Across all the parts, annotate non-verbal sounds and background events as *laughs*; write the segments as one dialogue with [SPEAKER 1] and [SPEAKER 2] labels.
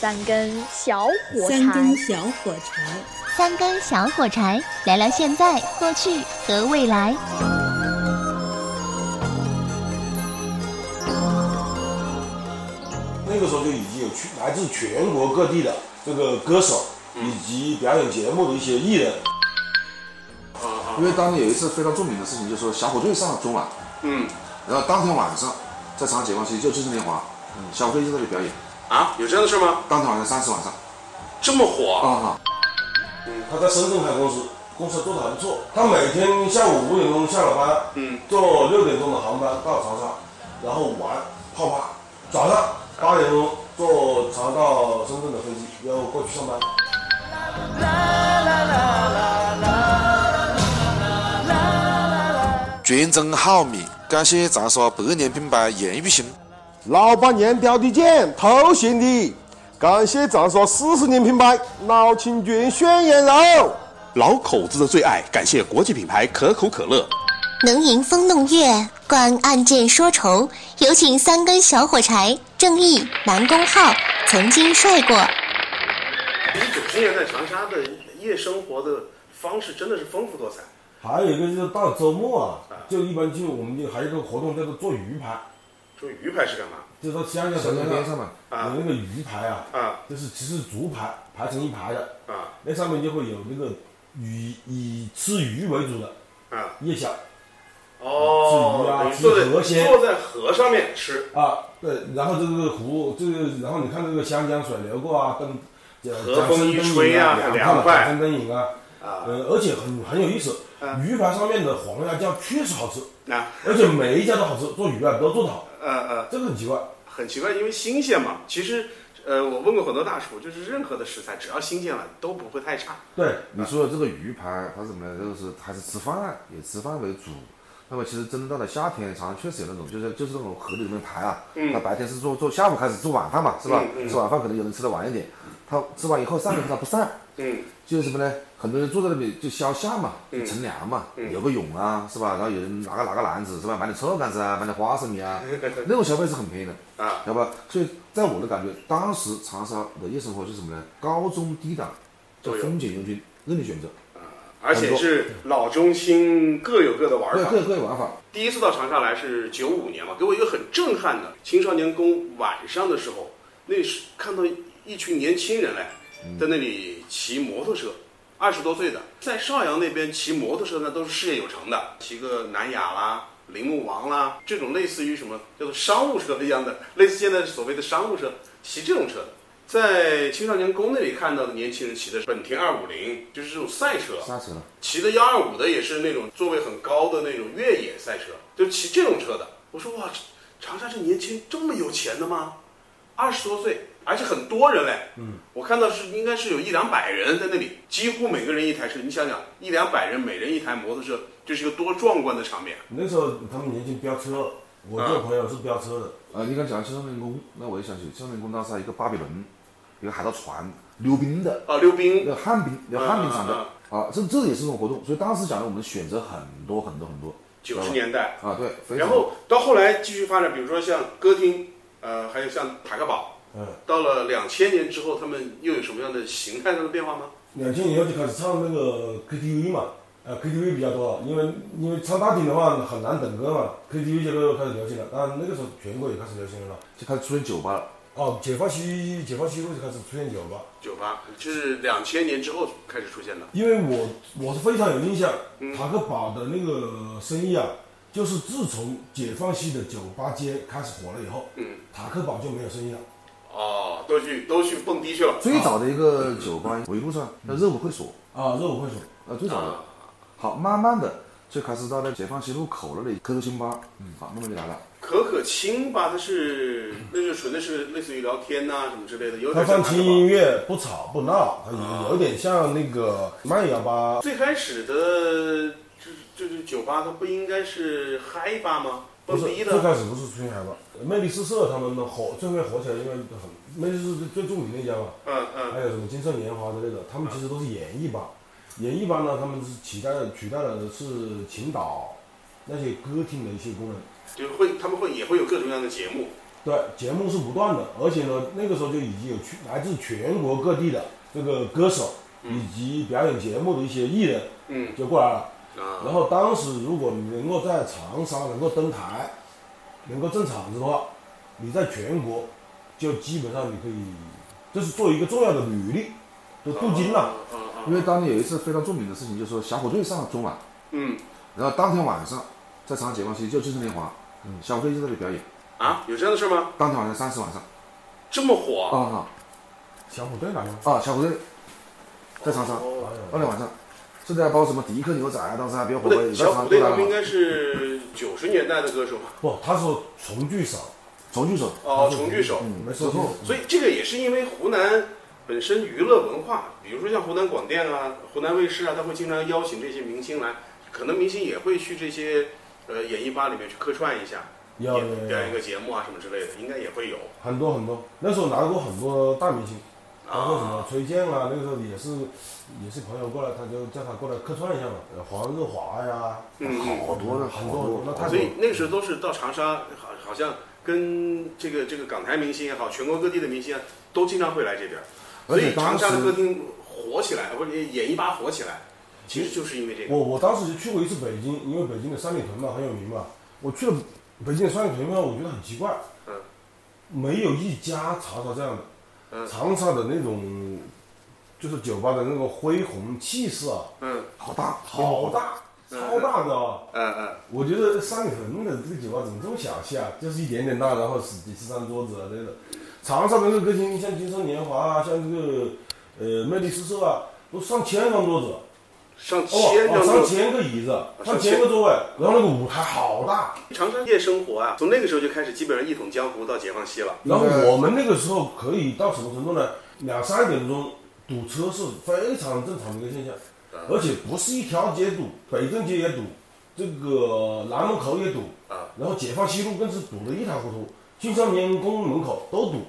[SPEAKER 1] 三根小火
[SPEAKER 2] 三根
[SPEAKER 1] 柴。
[SPEAKER 2] 小火柴，
[SPEAKER 3] 三根小火柴，聊聊现在、过去和未来。
[SPEAKER 4] 那个时候就已经有全来自全国各地的这个歌手以及表演节目的一些艺人，
[SPEAKER 5] 因为当年有一次非常著名的事情，就是说小虎队上了春晚，
[SPEAKER 6] 嗯，
[SPEAKER 5] 然后当天晚上在长安解放西，就就是年华，嗯小虎队就在那里表演，
[SPEAKER 6] 啊，有这样的事吗？
[SPEAKER 5] 当天晚上三十晚上，
[SPEAKER 6] 这么火？
[SPEAKER 5] 啊、
[SPEAKER 4] 他在深圳开公司，公司做得还不错。他每天下午五点钟下了班，
[SPEAKER 6] 嗯，
[SPEAKER 4] 坐六点钟的航班到长沙，然后玩泡吧，早上八点钟坐长沙到深圳的飞机，然后过去上班。
[SPEAKER 5] 全真好米，感谢长沙百年品牌严玉兴。
[SPEAKER 7] 老板娘雕的剑，头衔的，感谢长沙四十年品牌老清泉炫羊肉。
[SPEAKER 8] 老口子的最爱，感谢国际品牌可口可乐。
[SPEAKER 3] 能吟风弄月，观案件说愁。有请三根小火柴，正义南宫浩，曾经帅过。
[SPEAKER 6] 你九十年代长沙的夜生活的方式真的是丰富多彩。
[SPEAKER 4] 还有一个就是到周末啊，就一般就我们就还有一个活动叫做做鱼排，
[SPEAKER 6] 说鱼排是干嘛？
[SPEAKER 4] 就是说湘江
[SPEAKER 5] 小
[SPEAKER 4] 城
[SPEAKER 5] 镇边上嘛，
[SPEAKER 4] 有那个鱼排啊，
[SPEAKER 6] 啊
[SPEAKER 4] 就是其实竹排排成一排的，
[SPEAKER 6] 啊
[SPEAKER 4] 那上面就会有那个以以吃鱼为主的
[SPEAKER 6] 啊！
[SPEAKER 4] 夜宵吃
[SPEAKER 6] 哦，
[SPEAKER 4] 鱼啊
[SPEAKER 6] 等于
[SPEAKER 4] 吃
[SPEAKER 6] 坐在
[SPEAKER 4] 河鲜
[SPEAKER 6] 坐在河上面吃，
[SPEAKER 4] 啊，对，然后这个湖，这个然后你看这个湘江水流过啊，跟
[SPEAKER 6] 和
[SPEAKER 4] 江
[SPEAKER 6] 风
[SPEAKER 4] 山
[SPEAKER 6] 一
[SPEAKER 4] 灯
[SPEAKER 6] 吹
[SPEAKER 4] 影
[SPEAKER 6] 啊
[SPEAKER 4] 啊，
[SPEAKER 6] 很
[SPEAKER 4] 凉
[SPEAKER 6] 凉快
[SPEAKER 4] 快，江山灯影啊，
[SPEAKER 6] 啊
[SPEAKER 4] 呃，而且很很有意思，鱼排上面的黄辣椒确实好吃，
[SPEAKER 6] 那
[SPEAKER 4] 而且每一家都好吃，做鱼啊都做得好，
[SPEAKER 6] 呃呃，
[SPEAKER 4] 这个很奇怪。
[SPEAKER 6] 很奇怪，因为新鲜嘛。其实，呃，我问过很多大厨，就是任何的食材只要新鲜了都不会太差。
[SPEAKER 4] 对，
[SPEAKER 5] 你说的这个鱼排，它是什么呢？就是还是吃饭，以吃饭为主。那么其实真的到了夏天，长沙确实有那种，就是就是那种河里面排啊，他白天是做做下午开始做晚饭嘛，是吧？吃晚饭可能有人吃的晚一点，他吃完以后散了他不散，
[SPEAKER 6] 嗯，
[SPEAKER 5] 就是什么呢？很多人坐在那里就消夏嘛，就乘凉嘛，
[SPEAKER 6] 嗯
[SPEAKER 5] 游个泳啊，是吧？然后有人拿个拿个篮子是吧？买点臭干子啊，买点花生米
[SPEAKER 6] *laughs*
[SPEAKER 5] 啊，那种消费是很便宜的，
[SPEAKER 6] 啊，
[SPEAKER 5] 要不，所以在我的感觉，当时长沙的夜生活是什么呢？高中低档，叫
[SPEAKER 6] 都有
[SPEAKER 5] 风景人均任你选择，
[SPEAKER 6] 而且是老中新各有各的玩
[SPEAKER 4] *laughs*
[SPEAKER 5] 各
[SPEAKER 6] 法。
[SPEAKER 5] 各各有玩法。
[SPEAKER 6] 第一次到长沙来是九五年嘛，给我一个很震撼的青少年宫晚上的时候，那是看到一群年轻人来，在那里骑摩托车，二十多岁的，在邵阳那边骑摩托车那都是事业有成的，骑个南雅啦、铃木王啦这种类似于什么叫做商务车一样的， *laughs* 类似现在所谓的商务车，骑这种车的。在青少年宫那里看到的年轻人骑的是本田二五零，就是这种赛车，
[SPEAKER 5] 刹车了，
[SPEAKER 6] 骑的幺二五的也是那种座位很高的那种越野赛车，就骑这种车的。我说哇，长沙这年轻人这么有钱的吗？二十多岁，而且很多人嘞。嗯，我看到是应该是有一两百人在那里，几乎每个人一台车。你想想，一两百人，每人一台摩托车，这是一个多壮观的场面。
[SPEAKER 4] 那时候他们年轻飙车，我这个朋友是飙车的，
[SPEAKER 5] 啊，你刚讲青少年宫，那我也想起青少年宫当时还有一个巴比伦，一个海盗船，溜冰的，
[SPEAKER 6] 啊，溜冰
[SPEAKER 5] 那旱冰，那旱冰场的
[SPEAKER 6] 啊
[SPEAKER 5] 啊，这这也是一种活动。所以当时讲的，我们选择很多很多很多
[SPEAKER 6] 九十年代，
[SPEAKER 5] 啊，对，非常
[SPEAKER 6] 然后到后来继续发展，比如说像歌厅，呃，还有像塔克堡。
[SPEAKER 4] 嗯，
[SPEAKER 6] 到了两千年之后，他们又有什么样的形态上的变化吗？
[SPEAKER 4] 两千年以后就开始唱那个 KTV 嘛，呃 KTV 比较多，因为因为唱大厅的话很难等歌嘛，KTV 这个开始流行了，当然那个时候全国也开始流行了。
[SPEAKER 5] 就开始出现酒吧了。
[SPEAKER 4] 哦，解放西解放西路就开始出现酒吧，
[SPEAKER 6] 酒吧，就是两千年之后开始出现的。
[SPEAKER 4] 因为我我是非常有印象，塔克堡的那个生意啊，就是自从解放西的酒吧街开始火了以后，
[SPEAKER 6] 嗯，
[SPEAKER 4] 塔克堡就没有生意了。
[SPEAKER 6] 哦，都去都去蹦迪去了。
[SPEAKER 5] 最早的一个酒吧，围路上那热舞会所，
[SPEAKER 4] 啊，热舞会所，
[SPEAKER 5] 啊，最早的。好，慢慢的就开始到那解放西路口那里，可可星巴，嗯，好，那么就来了。
[SPEAKER 6] 可可青吧，它是那就纯粹是类似于聊天呐、什么之类的，有
[SPEAKER 4] 它
[SPEAKER 6] 点
[SPEAKER 4] 放
[SPEAKER 6] 像
[SPEAKER 4] 轻音乐，不吵不闹，它有有点像那个慢摇吧
[SPEAKER 6] 最开始的就是就是酒吧，它不应该是嗨吧吗？
[SPEAKER 4] 不
[SPEAKER 6] 蹦
[SPEAKER 4] 是
[SPEAKER 6] 迪
[SPEAKER 4] 最开
[SPEAKER 6] 的。
[SPEAKER 4] 始不是出现海报，魅力四射他们的火最会火起来，因为很魅力四射最著名那家嘛，
[SPEAKER 6] 嗯嗯
[SPEAKER 4] 还有什么金色年华之类的，他们其实都是演艺班，演艺班呢，他们是取代了取代了的是琴岛那些歌厅的一些功能
[SPEAKER 6] 就是会他们会也会有各种各样的节目。
[SPEAKER 4] 对，节目是不断的，而且呢，那个时候就已经有全来自全国各地的这个歌手以及表演节目的一些艺人，
[SPEAKER 6] 嗯，
[SPEAKER 4] 就过来了。
[SPEAKER 6] 啊，
[SPEAKER 4] 然后当时如果你能够在长沙能够登台，能够挣场子的话，你在全国就基本上你可以，这是做一个重要的履历，就镀金
[SPEAKER 6] 啊
[SPEAKER 4] 了。
[SPEAKER 6] 嗯
[SPEAKER 5] 因为当年有一次非常著名的事情，就是说小虎队上了春晚，
[SPEAKER 6] 嗯
[SPEAKER 5] 然后当天晚上在长沙解放西就精神年华，小虎队就在那里表演，
[SPEAKER 6] 啊，有这样的事吗？
[SPEAKER 5] 当天晚上三十晚上
[SPEAKER 6] 这么火
[SPEAKER 5] 啊
[SPEAKER 4] 小虎队来了，
[SPEAKER 5] 啊，小虎队在长沙
[SPEAKER 6] 哦
[SPEAKER 5] 当天晚上，甚至还包什么迪克牛仔啊，当时还比较火
[SPEAKER 6] 不
[SPEAKER 5] 的，
[SPEAKER 6] 对，
[SPEAKER 5] 也在
[SPEAKER 6] 小
[SPEAKER 5] 长沙
[SPEAKER 6] 虎
[SPEAKER 5] 都
[SPEAKER 6] 队
[SPEAKER 5] 来
[SPEAKER 6] 他们应
[SPEAKER 5] 了，
[SPEAKER 6] 该是九十年代的歌手吧？
[SPEAKER 4] 不，他说从句少，
[SPEAKER 5] 重聚手，
[SPEAKER 6] 哦，重聚手。
[SPEAKER 4] 没说错。
[SPEAKER 6] 所以这个也是因为湖南本身娱乐文化，比如说像湖南广电啊、湖南卫视啊，他会经常邀请这些明星来，可能明星也会去这些呃演艺吧里面去客串一下，
[SPEAKER 4] 有
[SPEAKER 6] 演
[SPEAKER 4] 有有
[SPEAKER 6] 表演一个节目啊什么之类的，应该也会有。
[SPEAKER 4] 很多很多，那时候拿过很多大明星，包括什么崔健啊，那个时候也是也是朋友过来，他就叫他过来客串一下嘛，呃黄日华呀，
[SPEAKER 6] 嗯，
[SPEAKER 5] 好多的
[SPEAKER 4] 很
[SPEAKER 5] 好
[SPEAKER 4] 多
[SPEAKER 5] 多，
[SPEAKER 4] 那太多
[SPEAKER 6] 所以。那个时候都是到长沙，好好像跟这个这个港台明星也好，全国各地的明星啊，都经常会来这边儿，所
[SPEAKER 5] 而
[SPEAKER 6] 以
[SPEAKER 5] 且当
[SPEAKER 6] 长
[SPEAKER 5] 时
[SPEAKER 6] 沙的歌厅火起来，或者演艺吧火起来，其实就是因为这个。
[SPEAKER 4] 我我当时就去过一次北京，因为北京的三里屯嘛很有名嘛，我去了北京的三里屯嘛，我觉得很奇怪，
[SPEAKER 6] 嗯，
[SPEAKER 4] 没有一家长沙这样的，
[SPEAKER 6] 嗯
[SPEAKER 4] 长沙的那种就是酒吧的那个恢宏气势啊，
[SPEAKER 6] 嗯
[SPEAKER 5] 好大
[SPEAKER 4] 好大，超大，你知道吗？
[SPEAKER 6] 嗯嗯，
[SPEAKER 4] 我觉得三里屯的这个酒吧怎么这么小气啊？就是一点点大，然后十几十张桌子啊这种。长沙的那个歌厅，像金盛年华啊，像这个呃魅力诗社啊，都上千张桌子，
[SPEAKER 6] 上千
[SPEAKER 4] 哦，
[SPEAKER 6] 张
[SPEAKER 4] 哦
[SPEAKER 6] 桌
[SPEAKER 4] 上
[SPEAKER 6] 子。
[SPEAKER 4] 千个椅子，上千个座位，然后那个舞台好大。
[SPEAKER 6] 长沙夜生活啊，从那个时候就开始，基本上一统江湖到解放西了。
[SPEAKER 4] 然后我们那个时候可以到什么程度呢？两三点钟堵车是非常正常的一个现象，而且不是一条街堵，北正街也堵，这个南门口也堵，
[SPEAKER 6] 啊
[SPEAKER 4] 然后解放西路更是堵得一塌糊涂，青少年宫门口都堵，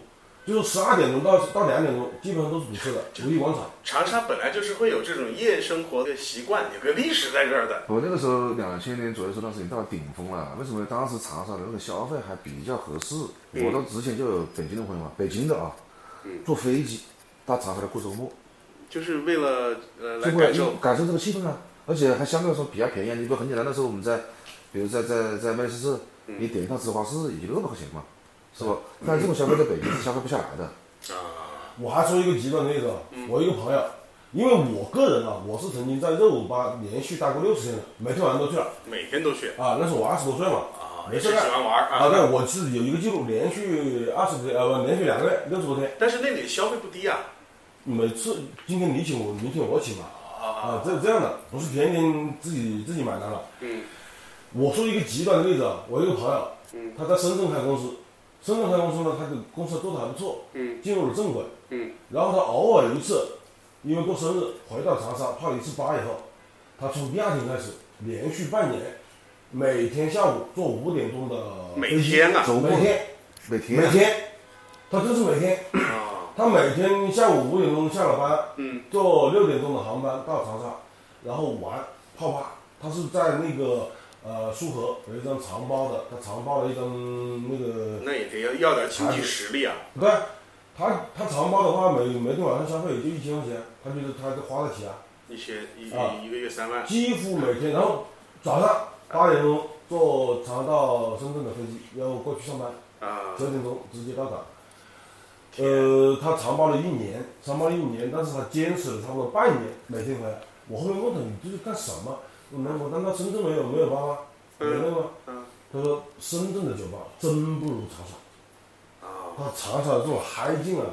[SPEAKER 4] 就是十二点钟到到两点钟，基本上都是堵车的，五一广场。
[SPEAKER 6] 长沙本来就是会有这种夜生活的习惯，有个历史在这儿的。
[SPEAKER 5] 我那个时候两千年左右时候，当时已经到了顶峰了。为什么当时长沙的那个消费还比较合适？我
[SPEAKER 6] 嗯
[SPEAKER 5] 到之前就有北京的朋友嘛，北京的啊，坐飞机到长沙来过周末，
[SPEAKER 6] 就是为了呃来
[SPEAKER 5] 就会
[SPEAKER 6] 感受
[SPEAKER 5] 感受这个气氛啊，而且还相对来说比较便宜。啊你比如很简单，那时候我们在，比如在在在麦丽诗社，
[SPEAKER 6] 嗯
[SPEAKER 5] 你点一趟芝华士也就六百块钱嘛，是吧？但这种消费在北京是消费不下来的。
[SPEAKER 4] 我还说一个极端的例子，啊，我一个朋友，因为我个人啊，我是曾经在热舞吧连续待过六十天的，每天晚上都去了
[SPEAKER 6] 每天都去
[SPEAKER 4] 啊，那时候我二十多岁嘛，
[SPEAKER 6] 啊，
[SPEAKER 4] 没
[SPEAKER 6] 也
[SPEAKER 4] 事
[SPEAKER 6] 是喜
[SPEAKER 4] 干。
[SPEAKER 6] 欢玩
[SPEAKER 4] 啊，对，我是有一个记录，连续二十天，呃，不，连续两个月六十多天，
[SPEAKER 6] 但是那里消费不低啊，
[SPEAKER 4] 每次今天你请我，明天我请嘛，啊，这这样的，不是天天自己自己买单了。
[SPEAKER 6] 嗯，
[SPEAKER 4] 我说一个极端的例子啊，我一个朋友，他在深圳开公司，深圳开公司呢，他的公司做的还不错，
[SPEAKER 6] 嗯
[SPEAKER 4] 进入了正轨，
[SPEAKER 6] 嗯，
[SPEAKER 4] 然后他偶尔有一次，因为过生日回到长沙泡了一次吧以后，他从第二天开始连续半年，每天下午坐五点钟的
[SPEAKER 6] 每
[SPEAKER 4] 飞机
[SPEAKER 6] 天啊
[SPEAKER 5] 走过
[SPEAKER 4] 每天。
[SPEAKER 5] 每天
[SPEAKER 4] 每天，他就是每天，
[SPEAKER 6] 啊，
[SPEAKER 4] 他每天下午五点钟下了班，
[SPEAKER 6] 嗯，
[SPEAKER 4] 坐六点钟的航班到长沙，然后玩泡吧。他是在那个呃苏荷有一张长包的，他长包了一张那个，
[SPEAKER 6] 那也得要要点经济实力啊，
[SPEAKER 4] 对，他他长包的话每每天晚上消费也就一千块钱，他觉得他就花得起啊，
[SPEAKER 6] 一千一
[SPEAKER 4] 啊
[SPEAKER 6] 一一个月三万，
[SPEAKER 4] 几乎每天，然后早上八点钟坐长沙到深圳的飞机，然后过去上班。
[SPEAKER 6] 啊，
[SPEAKER 4] 九点钟直接到岗。呃，他长包了一年，长包了一年，但是他坚持了差不多半年，每天回来。我后面问他，你这是干什么？我难我难道深圳没有没有包吗？没有吗？
[SPEAKER 6] 嗯
[SPEAKER 4] 他说深圳的酒吧真不如长沙。
[SPEAKER 6] 啊
[SPEAKER 4] 他长沙这种嗨劲啊，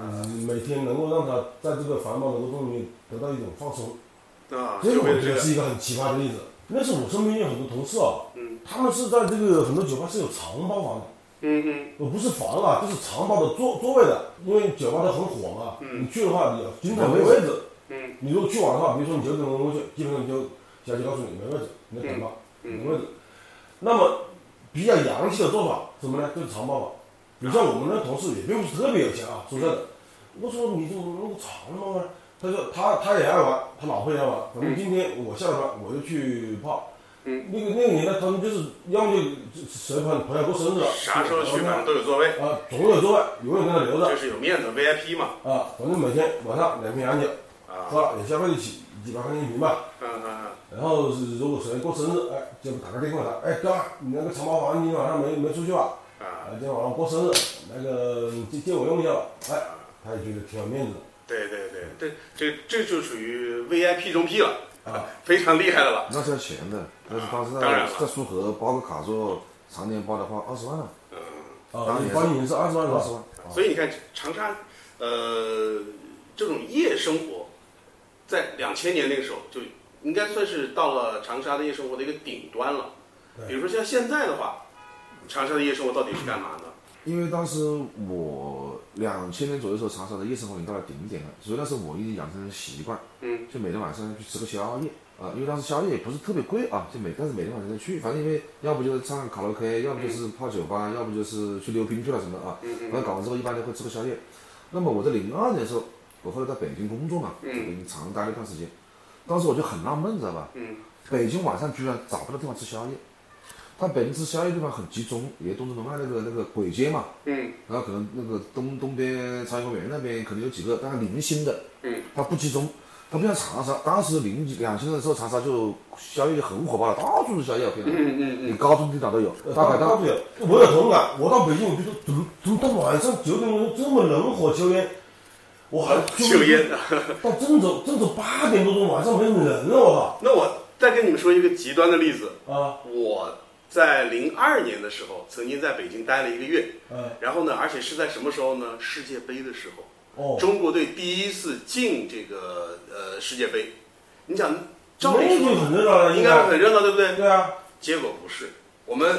[SPEAKER 4] 嗯，每天能够让他在这个繁忙的工作里面得到一种放松。
[SPEAKER 6] 啊，
[SPEAKER 4] 哎这个
[SPEAKER 6] 就
[SPEAKER 4] 我
[SPEAKER 6] 为了
[SPEAKER 4] 觉
[SPEAKER 6] 这
[SPEAKER 4] 得是
[SPEAKER 6] 个，
[SPEAKER 4] 一个很奇葩的例子。那是我身边有很多同事啊，他们是在这个很多酒吧是有长包房的。
[SPEAKER 6] 嗯嗯，
[SPEAKER 4] 我不是房啊，就是长包的座座位的，因为酒吧它很火嘛，你去的话，你经常没位置。
[SPEAKER 6] 嗯，
[SPEAKER 4] 你如果去晚的话，比如说你九点钟过去，基本上你就小姐告诉你没位置，你就等吧，
[SPEAKER 6] 嗯
[SPEAKER 4] 没位置。那么比较洋气的做法什么呢？就是长包嘛。你像我们那同事也并不是特别有钱啊，说真的。我说你怎么那么长包呢？他说他他也爱玩，他老婆也爱玩。反正今天我下了班我就去泡，
[SPEAKER 6] 嗯，
[SPEAKER 4] 那个那个年代他们就是要么就谁朋朋友过生日了，
[SPEAKER 6] 啥时候去看都有座位，
[SPEAKER 4] 啊，总有座位，永远跟他留着
[SPEAKER 6] 这是有面子 VIP 嘛。
[SPEAKER 4] 啊，反正每天晚上两瓶洋酒，是吧？也消费得起几百块钱一瓶吧。
[SPEAKER 6] 嗯嗯
[SPEAKER 4] 然后是如果谁过生日，哎，就打个电话来，哎哥，你那个长毛房今天晚上没没出去吧？
[SPEAKER 6] 嗯
[SPEAKER 4] 啊，
[SPEAKER 6] 啊，
[SPEAKER 4] 今天晚上我过生日，那个你借借我用一下吧。哎，他也觉得挺有面子的
[SPEAKER 6] 对对对，这这这就属于 VIP 中 P 了，
[SPEAKER 4] 啊。
[SPEAKER 6] 非常厉害的了。
[SPEAKER 5] 那是要钱的，但是当时
[SPEAKER 6] 当然
[SPEAKER 5] 在
[SPEAKER 6] 了
[SPEAKER 5] 在苏荷包个卡座，常年包的话二十万了，
[SPEAKER 4] 啊
[SPEAKER 5] 当，年
[SPEAKER 4] 你包你是二十万是
[SPEAKER 5] 二
[SPEAKER 4] 吧
[SPEAKER 5] 十？万。
[SPEAKER 6] 所以你看长沙，呃，这种夜生活，在两千年那个时候就应该算是到了长沙的夜生活的一个顶端了。比如说像现在的话，长沙的夜生活到底是干嘛呢？
[SPEAKER 5] 因为当时我两千年左右的时候，长沙的夜生活已经到了顶点了，所以那时候我一直养成了习惯，
[SPEAKER 6] 嗯，
[SPEAKER 5] 就每天晚上去吃个宵夜啊、因为当时宵夜也不是特别贵啊，就每但是每天晚上都去，反正因为要不就是唱卡拉 OK，要不就是泡酒吧，要不就是去溜冰去了什么的啊，反正搞完之后一般都会吃个宵夜。那么我在零二年的时候，我后来到北京工作嘛，北京长待了一段时间，当时我就很纳闷，知道吧？
[SPEAKER 6] 嗯，
[SPEAKER 5] 北京晚上居然找不到地方吃宵夜，但北京吃宵夜地方很集中，也东直门外那个那个簋街嘛，
[SPEAKER 6] *laughs* 嗯，
[SPEAKER 5] 然后可能那个东东边朝阳公园那边可能有几个，但它零星的，
[SPEAKER 6] 嗯，
[SPEAKER 5] 它不集中，它不像长沙，当时零几两千年的时候，长沙就宵夜就很火爆了，到处是宵夜，我跟你讲，嗯嗯嗯，你高中地档都有，
[SPEAKER 4] 呃
[SPEAKER 5] 大排档
[SPEAKER 4] 不有，我有同感。我到北京，我就说怎么怎么到晚上九点钟这么人火抽烟，我还
[SPEAKER 6] 抽烟。 *laughs* 的。
[SPEAKER 4] 到郑州，郑州八点多钟晚上没人了，我
[SPEAKER 6] 那我再跟你们说一个极端的例子，
[SPEAKER 4] 靠啊，
[SPEAKER 6] 我在零二年的时候曾经在北京待了一个月，
[SPEAKER 4] 嗯，
[SPEAKER 6] 然后呢，而且是在什么时候呢？世界杯的时候。
[SPEAKER 4] 哦，
[SPEAKER 6] 中国队第一次进这个呃世界杯，你想照
[SPEAKER 4] 那
[SPEAKER 6] 理
[SPEAKER 4] 就很
[SPEAKER 6] 说
[SPEAKER 4] 热闹了，
[SPEAKER 6] 应该会很热闹，对不对？
[SPEAKER 4] 对啊，
[SPEAKER 6] 结果不是，我们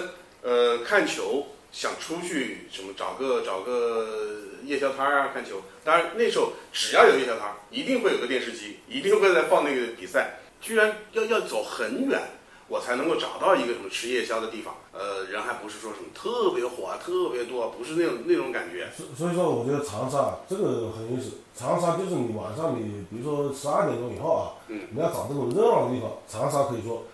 [SPEAKER 6] 呃看球想出去什么找个找个夜宵摊儿啊看球，当然那时候只要有夜宵摊儿，一定会有个电视机，一定会在放那个比赛，居然要要走很远。我才能够找到一个什么吃夜宵的地方，呃，人还不是说什么特别火啊，特别多啊，不是那种那种感觉，
[SPEAKER 4] 所所以说我觉得长沙啊这个很有意思。长沙就是你晚上你比如说十二点钟以后啊，
[SPEAKER 6] 嗯
[SPEAKER 4] 你要找这种热闹的地方，长沙可以说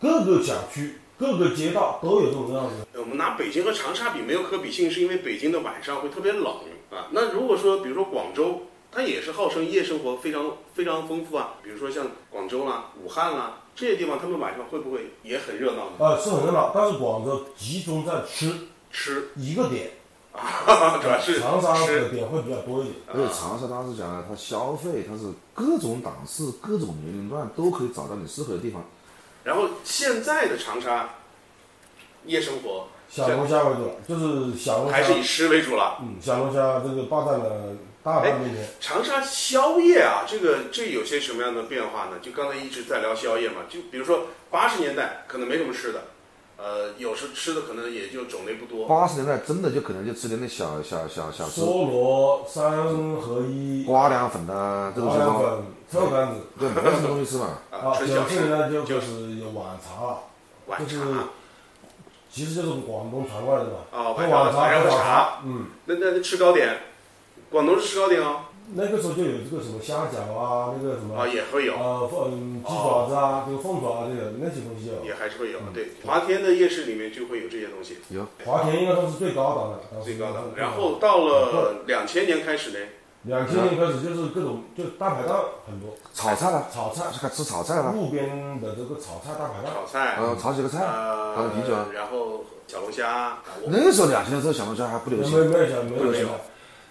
[SPEAKER 4] 各个小区、各个街道都有这种热闹的地方。
[SPEAKER 6] 我们拿北京和长沙比没有可比性，是因为北京的晚上会特别冷啊。那如果说，比如说广州，它也是号称夜生活非常非常丰富啊。比如说像广州啦、武汉啦、这些地方，他们晚上会不会也很热闹呢？
[SPEAKER 4] 啊，是很热闹，但是广州集中在吃
[SPEAKER 6] *laughs* 吃，
[SPEAKER 4] 一个点，
[SPEAKER 6] 主要啊是
[SPEAKER 4] 长沙的
[SPEAKER 6] 吃，
[SPEAKER 4] 点会比较多一点。
[SPEAKER 5] 而且长沙当时讲了，它消费它是各种档次、各种年龄段都可以找到你适合的地方。
[SPEAKER 6] 然后现在的长沙夜生活
[SPEAKER 4] 小龙虾为主了，就是小龙虾
[SPEAKER 6] 还，是以吃为主了。
[SPEAKER 4] 嗯，小龙虾这个霸占了大
[SPEAKER 6] 哎
[SPEAKER 4] 半边天。
[SPEAKER 6] 长沙宵夜啊，这个这有些什么样的变化呢？就刚才一直在聊宵夜嘛，就比如说八十年代可能没什么吃的，呃，有时吃的可能也就种类不多。
[SPEAKER 5] 八十年代真的就可能就吃点那小小小小吃，
[SPEAKER 4] 梭罗三合一，
[SPEAKER 5] 瓜凉粉啊，这种
[SPEAKER 4] 麻
[SPEAKER 5] 情
[SPEAKER 4] 辣
[SPEAKER 5] 况，
[SPEAKER 4] 粉、臭干子。
[SPEAKER 5] 对，没有什么东西吃嘛。
[SPEAKER 6] 啊
[SPEAKER 4] 啊，，
[SPEAKER 6] 春
[SPEAKER 4] 九
[SPEAKER 6] 小
[SPEAKER 4] 四
[SPEAKER 6] 吃
[SPEAKER 4] 年代就
[SPEAKER 6] 就
[SPEAKER 4] 就是是有晚茶了，
[SPEAKER 6] 晚
[SPEAKER 4] 就是
[SPEAKER 6] 茶。
[SPEAKER 4] 其实就是广东传过来的嘛。
[SPEAKER 6] 哦
[SPEAKER 4] 喝
[SPEAKER 6] 晚
[SPEAKER 4] 晚
[SPEAKER 6] 茶晚上
[SPEAKER 4] 喝
[SPEAKER 6] 有
[SPEAKER 4] 早
[SPEAKER 6] 茶
[SPEAKER 4] 茶，嗯，
[SPEAKER 6] 那那那吃糕点，广东是吃糕点哦，
[SPEAKER 4] 那个时候就有这个什么虾饺啊，那个什么
[SPEAKER 6] 啊也会有，哦
[SPEAKER 4] 呃凤鸡爪子啊，这个凤爪啊，这个那些东西就
[SPEAKER 6] 也
[SPEAKER 4] 有。
[SPEAKER 6] 还是会有。对，华天的夜市里面就会有这些东西，
[SPEAKER 5] 有
[SPEAKER 4] 华田应该都是最高档的，当时
[SPEAKER 6] 最高档。然后到了两千年开始呢，
[SPEAKER 4] 两千年开始就是各种就大排档很多，
[SPEAKER 5] 炒菜了，
[SPEAKER 4] 炒菜
[SPEAKER 5] 开始吃炒菜了，
[SPEAKER 4] 路边的这个炒菜大排档，
[SPEAKER 6] 炒菜，
[SPEAKER 5] 呃，炒几个菜，搞点啤酒啊
[SPEAKER 6] 呃，。然后小龙虾，啊我
[SPEAKER 5] 那时候两千年之后小龙虾还不流
[SPEAKER 4] 没
[SPEAKER 5] 行，
[SPEAKER 4] 没没有没有什么，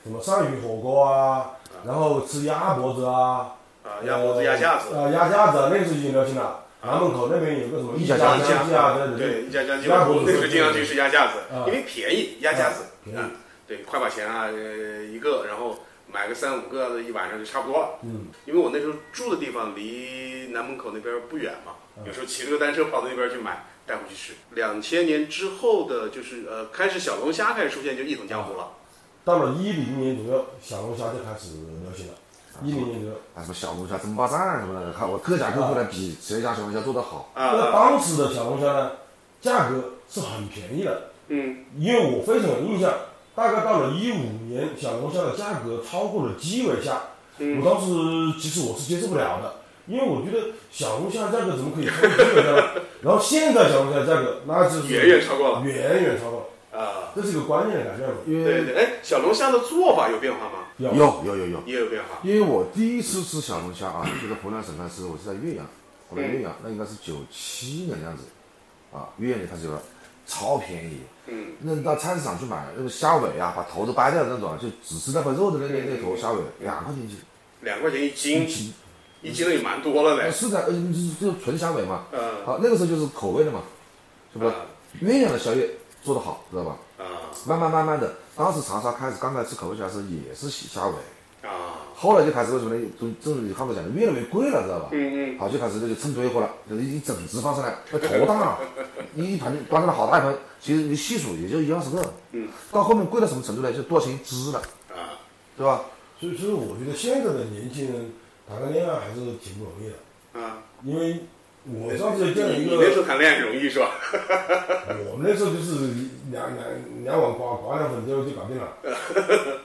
[SPEAKER 4] 什么鳝鱼火锅啊，然后吃鸭脖子啊，
[SPEAKER 6] 啊鸭脖子、鸭架子，啊
[SPEAKER 4] 啊，鸭架子那时候已经流行了。南门口那边有个什么
[SPEAKER 5] 一
[SPEAKER 4] 一
[SPEAKER 5] 家
[SPEAKER 4] 家
[SPEAKER 5] 家
[SPEAKER 4] 家
[SPEAKER 5] 鸡
[SPEAKER 4] 鸡啊，对
[SPEAKER 6] 对，一家家鸡
[SPEAKER 4] 鸭脖子
[SPEAKER 6] 那时候经常去吃鸭架子，
[SPEAKER 4] 啊
[SPEAKER 6] 因为便宜，鸭架子
[SPEAKER 4] 啊便宜
[SPEAKER 6] 啊，对，快把钱啊呃一个，然后买个三五个的，一晚上就差不多了。
[SPEAKER 4] 嗯，
[SPEAKER 6] 因为我那时候住的地方离南门口那边不远嘛，有时候骑着个单车跑到那边去买，带回去吃。两千年之后的，就是呃，开始小龙虾开始出现，就一统江湖了。
[SPEAKER 4] 到了一零年左右，小龙虾就开始流行了。一零年左右，
[SPEAKER 5] 啊，什么小龙虾争霸战什么的，看我各家各户来比谁家小龙虾做得好。
[SPEAKER 6] 啊
[SPEAKER 4] 那
[SPEAKER 6] 啊，
[SPEAKER 4] 当时的小龙虾呢，价格是很便宜的，
[SPEAKER 6] 嗯，
[SPEAKER 4] 因为我非常有印象，大概到了一五年，
[SPEAKER 6] 嗯
[SPEAKER 4] 小龙虾的价格超过了基围虾。我当时其实我是接受不了的，因为我觉得小龙虾价格怎么可以超过啤酒呢？
[SPEAKER 6] *laughs*
[SPEAKER 4] 然后现在小龙虾价格那就是
[SPEAKER 6] 远远超过了
[SPEAKER 4] 远远超过了，
[SPEAKER 6] 啊，
[SPEAKER 4] 这是一个观念的改变嘛。
[SPEAKER 5] 因
[SPEAKER 6] 对
[SPEAKER 5] 为
[SPEAKER 6] 对，哎，小龙虾的做法有变化吗？
[SPEAKER 4] 有
[SPEAKER 5] 有有有有，
[SPEAKER 6] 也有变化。
[SPEAKER 5] 因为我第一次吃小龙虾啊，就在湖南省那次，我是在岳阳，我在岳阳，那应该是九七年的样子，啊，岳阳就开始有了，超便宜。
[SPEAKER 6] 嗯，
[SPEAKER 5] 那你到菜市场去买那个虾尾啊，把头都掰掉的那种啊，就只吃那块肉的那那那头虾尾，两块钱一斤
[SPEAKER 6] 两块钱一
[SPEAKER 5] 一
[SPEAKER 6] 斤，
[SPEAKER 5] 斤，
[SPEAKER 6] 一斤的也蛮多了嘞。
[SPEAKER 5] 是的，呃，就是就是纯虾尾嘛。
[SPEAKER 6] 嗯
[SPEAKER 5] 好，那个时候就是口味了嘛，是不是
[SPEAKER 6] 啊？
[SPEAKER 5] 岳阳的宵夜做得好，知道吧？
[SPEAKER 6] 啊
[SPEAKER 5] 慢慢慢慢的，当时长沙开始刚开始吃口味虾时也是虾尾，
[SPEAKER 6] 啊，
[SPEAKER 5] 后来就开始为什么呢？就正如他们讲的，越来越贵了，知道吧？
[SPEAKER 6] 嗯嗯
[SPEAKER 5] 好，就开始那就蹭堆货了，就是一整只放上来，那头大
[SPEAKER 6] *laughs*
[SPEAKER 5] 啊，一一盆端上来好大一盆，其实你细数也就一二十个。嗯，到后面贵到什么程度呢？就多少钱一只了，
[SPEAKER 6] 啊，
[SPEAKER 5] 对吧？
[SPEAKER 4] 所以，所以我觉得现在的年轻人谈个恋爱还是挺不容易的，
[SPEAKER 6] 啊，
[SPEAKER 4] 因为我上次见了一
[SPEAKER 6] 你你
[SPEAKER 4] 个，
[SPEAKER 6] 那时候谈恋爱容易是吧？
[SPEAKER 4] 我们那时候就是两两两碗瓜瓜两粉就就搞定
[SPEAKER 6] *laughs*
[SPEAKER 4] 了。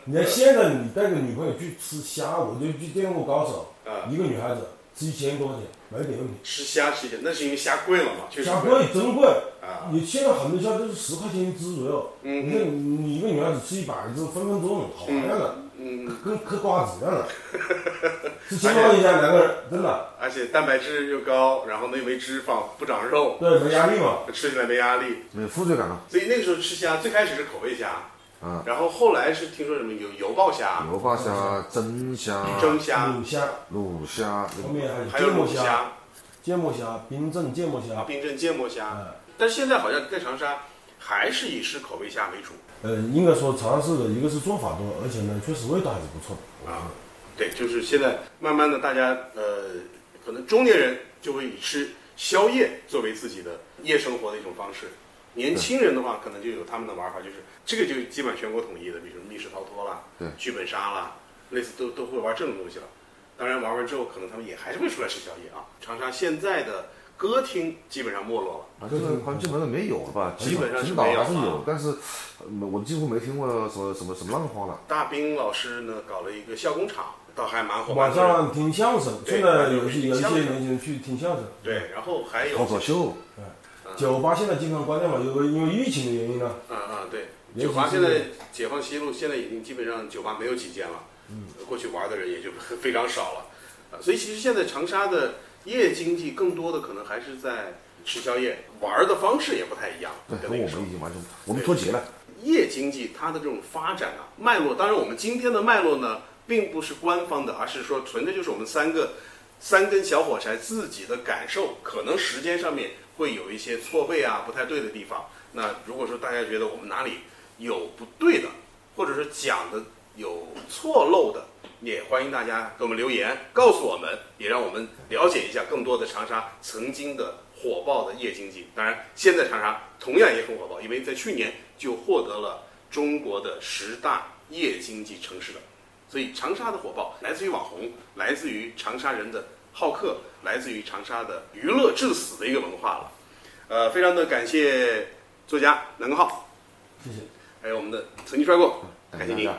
[SPEAKER 4] 你看现在你带个女朋友去吃虾，我就去见过高手，
[SPEAKER 6] 啊
[SPEAKER 4] 一个女孩子吃一千多块钱没点问题。
[SPEAKER 6] 吃虾吃一些，那是因为虾贵了嘛，确实
[SPEAKER 4] 虾贵真贵
[SPEAKER 6] 啊，嗯
[SPEAKER 4] 你现在很多虾都是十块钱一只左右，你看你一个女孩子吃一百只，分分钟好玩样的，
[SPEAKER 6] 嗯
[SPEAKER 4] 跟嗑瓜子一
[SPEAKER 6] *laughs*
[SPEAKER 4] 样的，吃青蛙一样两个人真的，
[SPEAKER 6] 而且蛋白质又高，然后呢又没脂肪，不长肉，
[SPEAKER 4] 对没压力嘛，
[SPEAKER 6] 吃起来没压力。
[SPEAKER 5] 没有负罪感了，
[SPEAKER 6] 所以那个时候吃虾，最开始是口味虾，
[SPEAKER 4] 啊
[SPEAKER 5] 嗯
[SPEAKER 6] 然后后来是听说什么有油爆虾、
[SPEAKER 5] 油爆虾、蒸虾、
[SPEAKER 6] 蒸虾，
[SPEAKER 4] 卤虾，
[SPEAKER 5] 卤虾，
[SPEAKER 4] 后面还有
[SPEAKER 6] 还
[SPEAKER 4] 嗯
[SPEAKER 6] 有
[SPEAKER 4] 芥末
[SPEAKER 6] 卤
[SPEAKER 4] 虾、
[SPEAKER 6] 虾、啊
[SPEAKER 4] 芥末虾、冰镇芥末虾，
[SPEAKER 6] 冰镇芥末虾
[SPEAKER 4] 嗯。
[SPEAKER 6] 但是现在好像在长沙还是以吃口味虾为主
[SPEAKER 4] 呃，应该说长沙市的一个是做法多，而且呢，确实味道还是不错的。
[SPEAKER 6] 啊。对，就是现在慢慢的，大家呃，可能中年人就会以吃宵夜作为自己的夜生活的一种方式。年轻人的话，可能就有他们的玩法，就是这个就基本全国统一的，比如密室逃脱啦
[SPEAKER 5] 对、
[SPEAKER 6] 剧本杀啦，类似都都会玩这种东西了。当然，玩完之后，可能他们也还是会出来吃宵夜啊。长沙现在的歌厅基本上没落了。
[SPEAKER 5] 啊，这个好像基本上没有了吧？
[SPEAKER 6] 基本上是
[SPEAKER 5] 青岛
[SPEAKER 6] 没有
[SPEAKER 5] 还是
[SPEAKER 6] 啊
[SPEAKER 5] 有，但是呃我几乎没听过什么什么什么浪花了。
[SPEAKER 6] 大兵老师呢搞了一个笑工厂，倒还蛮火。
[SPEAKER 4] 晚上听相声，
[SPEAKER 6] 对
[SPEAKER 4] 现在有一些有一些年轻人去听相声。
[SPEAKER 6] 对，然后还有
[SPEAKER 5] 脱口秀，
[SPEAKER 4] 酒吧现在经常关掉嘛，因为因为疫情的原因呢，
[SPEAKER 6] 嗯嗯，对，
[SPEAKER 4] 尤其
[SPEAKER 6] 酒吧现
[SPEAKER 4] 是
[SPEAKER 6] 在解放西路现在已经基本上酒吧没有几间了，嗯，过去玩的人也就 *laughs* 非常少了，呃所以其实现在长沙的夜经济更多的可能还是在吃宵夜，玩儿的方式也不太一样，
[SPEAKER 5] 对，
[SPEAKER 6] 跟
[SPEAKER 5] 跟
[SPEAKER 6] 那
[SPEAKER 5] 我
[SPEAKER 6] 个时候
[SPEAKER 5] 们已经完全，我们脱节了。
[SPEAKER 6] 夜经济它的这种发展啊脉络，当然我们今天的脉络呢，并不是官方的，而是说纯粹就是我们三个三根小火柴自己的感受，可能时间上面会有一些错位啊，不太对的地方。那如果说大家觉得我们哪里有不对的，或者是讲的有错漏的，也欢迎大家给我们留言，告诉我们，也让我们了解一下更多的长沙曾经的火爆的夜经济。当然，现在长沙同样也很火爆，因为在去年就获得了中国的十大夜经济城市的。所以长沙的火爆来自于网红，来自于长沙人的好客，来自于长沙的娱乐至死的一个文化了。呃，非常的感谢作家南宫浩，
[SPEAKER 4] 谢谢。
[SPEAKER 6] 还有我们的曾经摔过，
[SPEAKER 5] 嗯
[SPEAKER 6] 感
[SPEAKER 5] 哎
[SPEAKER 6] 谢您。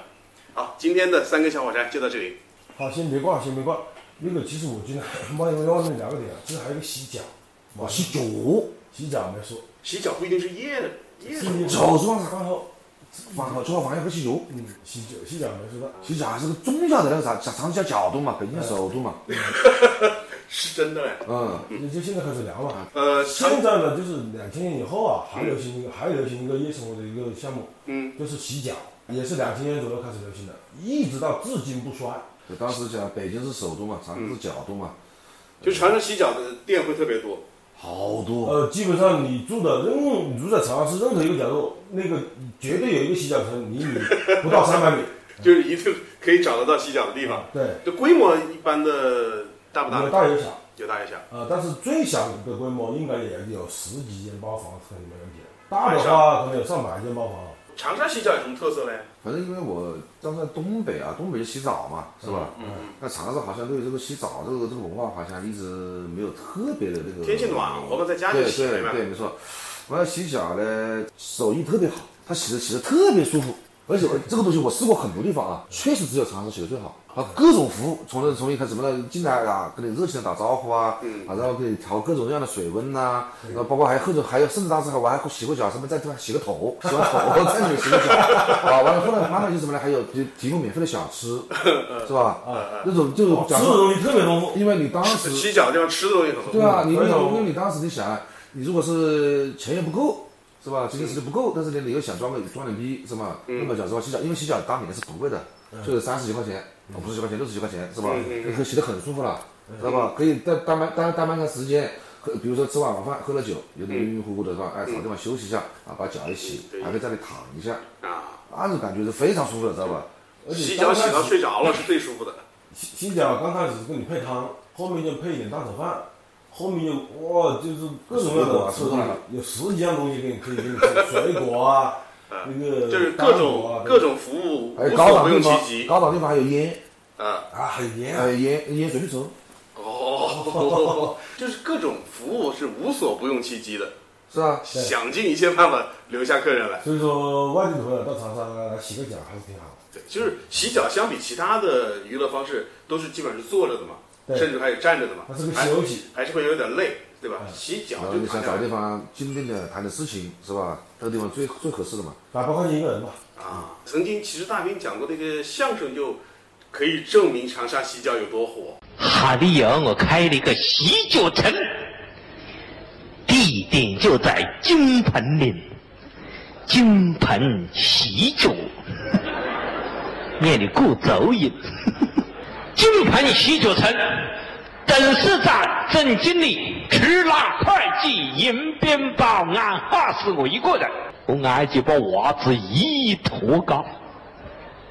[SPEAKER 6] 好，今天的三根小火柴就到这里。
[SPEAKER 4] 好，啊先别挂，先别挂。那个，其实我觉得 *coughs* 忘了忘了聊个点啊，其实还有一个洗脚，
[SPEAKER 6] 哦
[SPEAKER 5] 哇，洗酒，
[SPEAKER 4] 洗脚没说，
[SPEAKER 6] 洗脚不一定是夜的，夜的
[SPEAKER 4] 洗
[SPEAKER 5] 早是吧？
[SPEAKER 4] 饭后，
[SPEAKER 5] 晚上做完要喝喜酒，
[SPEAKER 4] 嗯，洗脚洗脚没说到，
[SPEAKER 5] 洗脚还是个宗教的那个啥，长叫角度嘛，北京叫首都嘛，
[SPEAKER 6] 是真的嘞。
[SPEAKER 5] 嗯，
[SPEAKER 4] 就就现在开始聊嘛。
[SPEAKER 6] 呃，长
[SPEAKER 4] 现在呢，就是两千年以后啊，还流行一个，还流行一个夜生活的一个项目，
[SPEAKER 6] 嗯，
[SPEAKER 4] 就是洗脚，也是两千年左右开始流行的，一直到至今不衰。
[SPEAKER 5] 就当时讲北京是首都嘛，长沙是角度嘛，
[SPEAKER 6] 就长沙洗脚的店会特别多。
[SPEAKER 5] 好
[SPEAKER 6] 嗯
[SPEAKER 5] 多，
[SPEAKER 4] 呃，基本上你住的任你住在长沙市任何一个角落，那个绝对有一个洗脚城，离你不到三百米。
[SPEAKER 6] 就是一定可以找得到洗脚 *laughs* 的地方。
[SPEAKER 4] 对，
[SPEAKER 6] 这规模一般的大不大？
[SPEAKER 4] 有大有小。
[SPEAKER 6] 有大有小。
[SPEAKER 4] 呃，但是最小的规模应该也有十几间包房，可能没问题。大的话可能有上百间包房。
[SPEAKER 6] 长沙洗脚有什么特色嘞？
[SPEAKER 5] 反正因为我当时在东北啊，东北就洗澡嘛，是吧？嗯，那长沙好像对这个洗澡这个这个文化好像一直没有特别的那个，
[SPEAKER 6] 天气暖和嘛，在家就
[SPEAKER 5] 对
[SPEAKER 6] 洗
[SPEAKER 5] 对
[SPEAKER 6] 呗。
[SPEAKER 5] 对，没错。我要洗脚呢，手艺特别好，他洗的洗的特别舒服，而且我这个东西我试过很多地方啊，确实只有长沙写的最好啊，各种服务，从那从一开始什么的进来啊，跟你热情的打招呼啊，
[SPEAKER 4] 嗯
[SPEAKER 5] 啊，然后给你调各种各样的水温呐，然后包括还喝着，还有甚至当时还我还洗过脚，什么在地方洗个头，洗完
[SPEAKER 4] *laughs*
[SPEAKER 5] 头在里面洗个脚，啊，完了后来慢慢就什么呢，还有就提供免费的小吃，是
[SPEAKER 4] *laughs*
[SPEAKER 5] 吧？
[SPEAKER 4] 嗯
[SPEAKER 5] 那种就是
[SPEAKER 4] 哦吃的东西特别丰富，
[SPEAKER 5] 因为你当时
[SPEAKER 6] 洗脚这样吃的东西很多。
[SPEAKER 5] 对啊，你
[SPEAKER 4] 非常
[SPEAKER 5] 因为你当时你想，你如果是钱也不够，是吧？经济实力不够，但是呢，你又想装个装点逼，是吧？那么讲实话，洗脚，因为洗脚当年是不贵的，就是三十几块钱，哦，不是几块钱，六十几块钱，是吧？你可以洗得很舒服了，知道吧？可以在大半大大半个时间。喝，比如说吃完晚饭喝了酒，有点晕晕乎乎的是吧？哎，找地方休息一下啊，把脚一洗
[SPEAKER 6] 对，
[SPEAKER 5] 还可以在那里躺一下，
[SPEAKER 6] 啊，
[SPEAKER 5] 那种感觉是非常舒服的，知道吧？而且
[SPEAKER 6] 洗
[SPEAKER 5] 刚开
[SPEAKER 6] 脚洗到
[SPEAKER 5] 始
[SPEAKER 6] 睡着了是最舒服的。
[SPEAKER 4] 洗洗脚刚开始跟你配汤，后面就配一点蛋炒饭，后面就哇就是各种各样的吃
[SPEAKER 5] 水果啊
[SPEAKER 4] 的，有十几样东西给你可以给你吃，水果
[SPEAKER 6] *laughs*
[SPEAKER 4] 啊，那个
[SPEAKER 6] 嗯就是各
[SPEAKER 4] 干果
[SPEAKER 6] 种
[SPEAKER 4] 啊
[SPEAKER 6] 各种服务
[SPEAKER 5] 还
[SPEAKER 6] 无
[SPEAKER 5] 有高
[SPEAKER 6] 所
[SPEAKER 5] 档
[SPEAKER 6] 不
[SPEAKER 5] 地
[SPEAKER 6] 用其
[SPEAKER 5] 方，
[SPEAKER 6] 极
[SPEAKER 5] 高档地方还有烟，
[SPEAKER 6] 啊！
[SPEAKER 4] 啊，很严啊
[SPEAKER 5] 呃，烟烟水蜜橙，
[SPEAKER 6] 哦， *laughs* 就是各种服务是无所不用其极的，
[SPEAKER 5] 是吧？
[SPEAKER 6] 想尽一切办法留下客人来。
[SPEAKER 4] 所以说外地朋友到长沙来洗个脚还是挺好的。
[SPEAKER 6] 对，就是洗脚相比其他的娱乐方式都是基本上是坐着的嘛，
[SPEAKER 4] 对
[SPEAKER 6] 甚至还有站着的嘛
[SPEAKER 4] 它是，个
[SPEAKER 6] 还
[SPEAKER 4] 休息
[SPEAKER 6] 还是会有点累，对吧？洗脚
[SPEAKER 5] 然后
[SPEAKER 6] 就
[SPEAKER 5] 你
[SPEAKER 6] 躺
[SPEAKER 5] 想
[SPEAKER 6] 下
[SPEAKER 5] 找地
[SPEAKER 6] 来
[SPEAKER 5] 方静静的谈点事情，是吧？这个地方最最合适的嘛。
[SPEAKER 4] 百八块钱一个人吧，
[SPEAKER 6] 啊。曾经其实大兵讲过那个相声就可以证明长沙洗脚有多火。
[SPEAKER 2] 哈里营，我开了一个洗脚城，地点就在金盆里，金盆洗脚，念的够走瘾。 *laughs* 金盆洗脚城，本市长、总经理、渠拉会计、迎宾保安，哈是我一个人，我俺就把娃子一头高，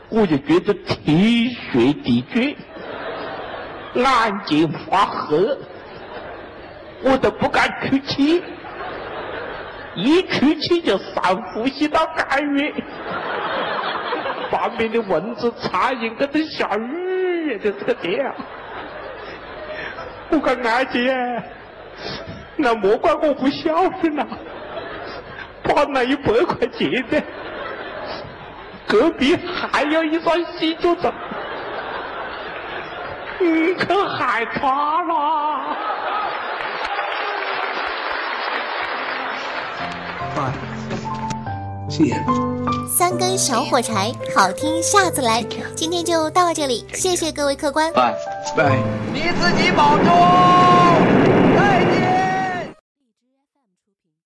[SPEAKER 2] 我就觉得天旋地转。眼睛发黑，我都不敢出去，一出去就上呼吸道感染，旁边的蚊子、苍蝇跟那小雨的特点。我讲俺姐，那莫怪我不孝顺呐，把那一百块钱的，隔壁还有一双洗脚枕。你可害怕啦！
[SPEAKER 3] 三根小火柴，好听下次来。今天就到这里，谢谢各位客官。
[SPEAKER 2] 拜拜。
[SPEAKER 9] 你自己保重。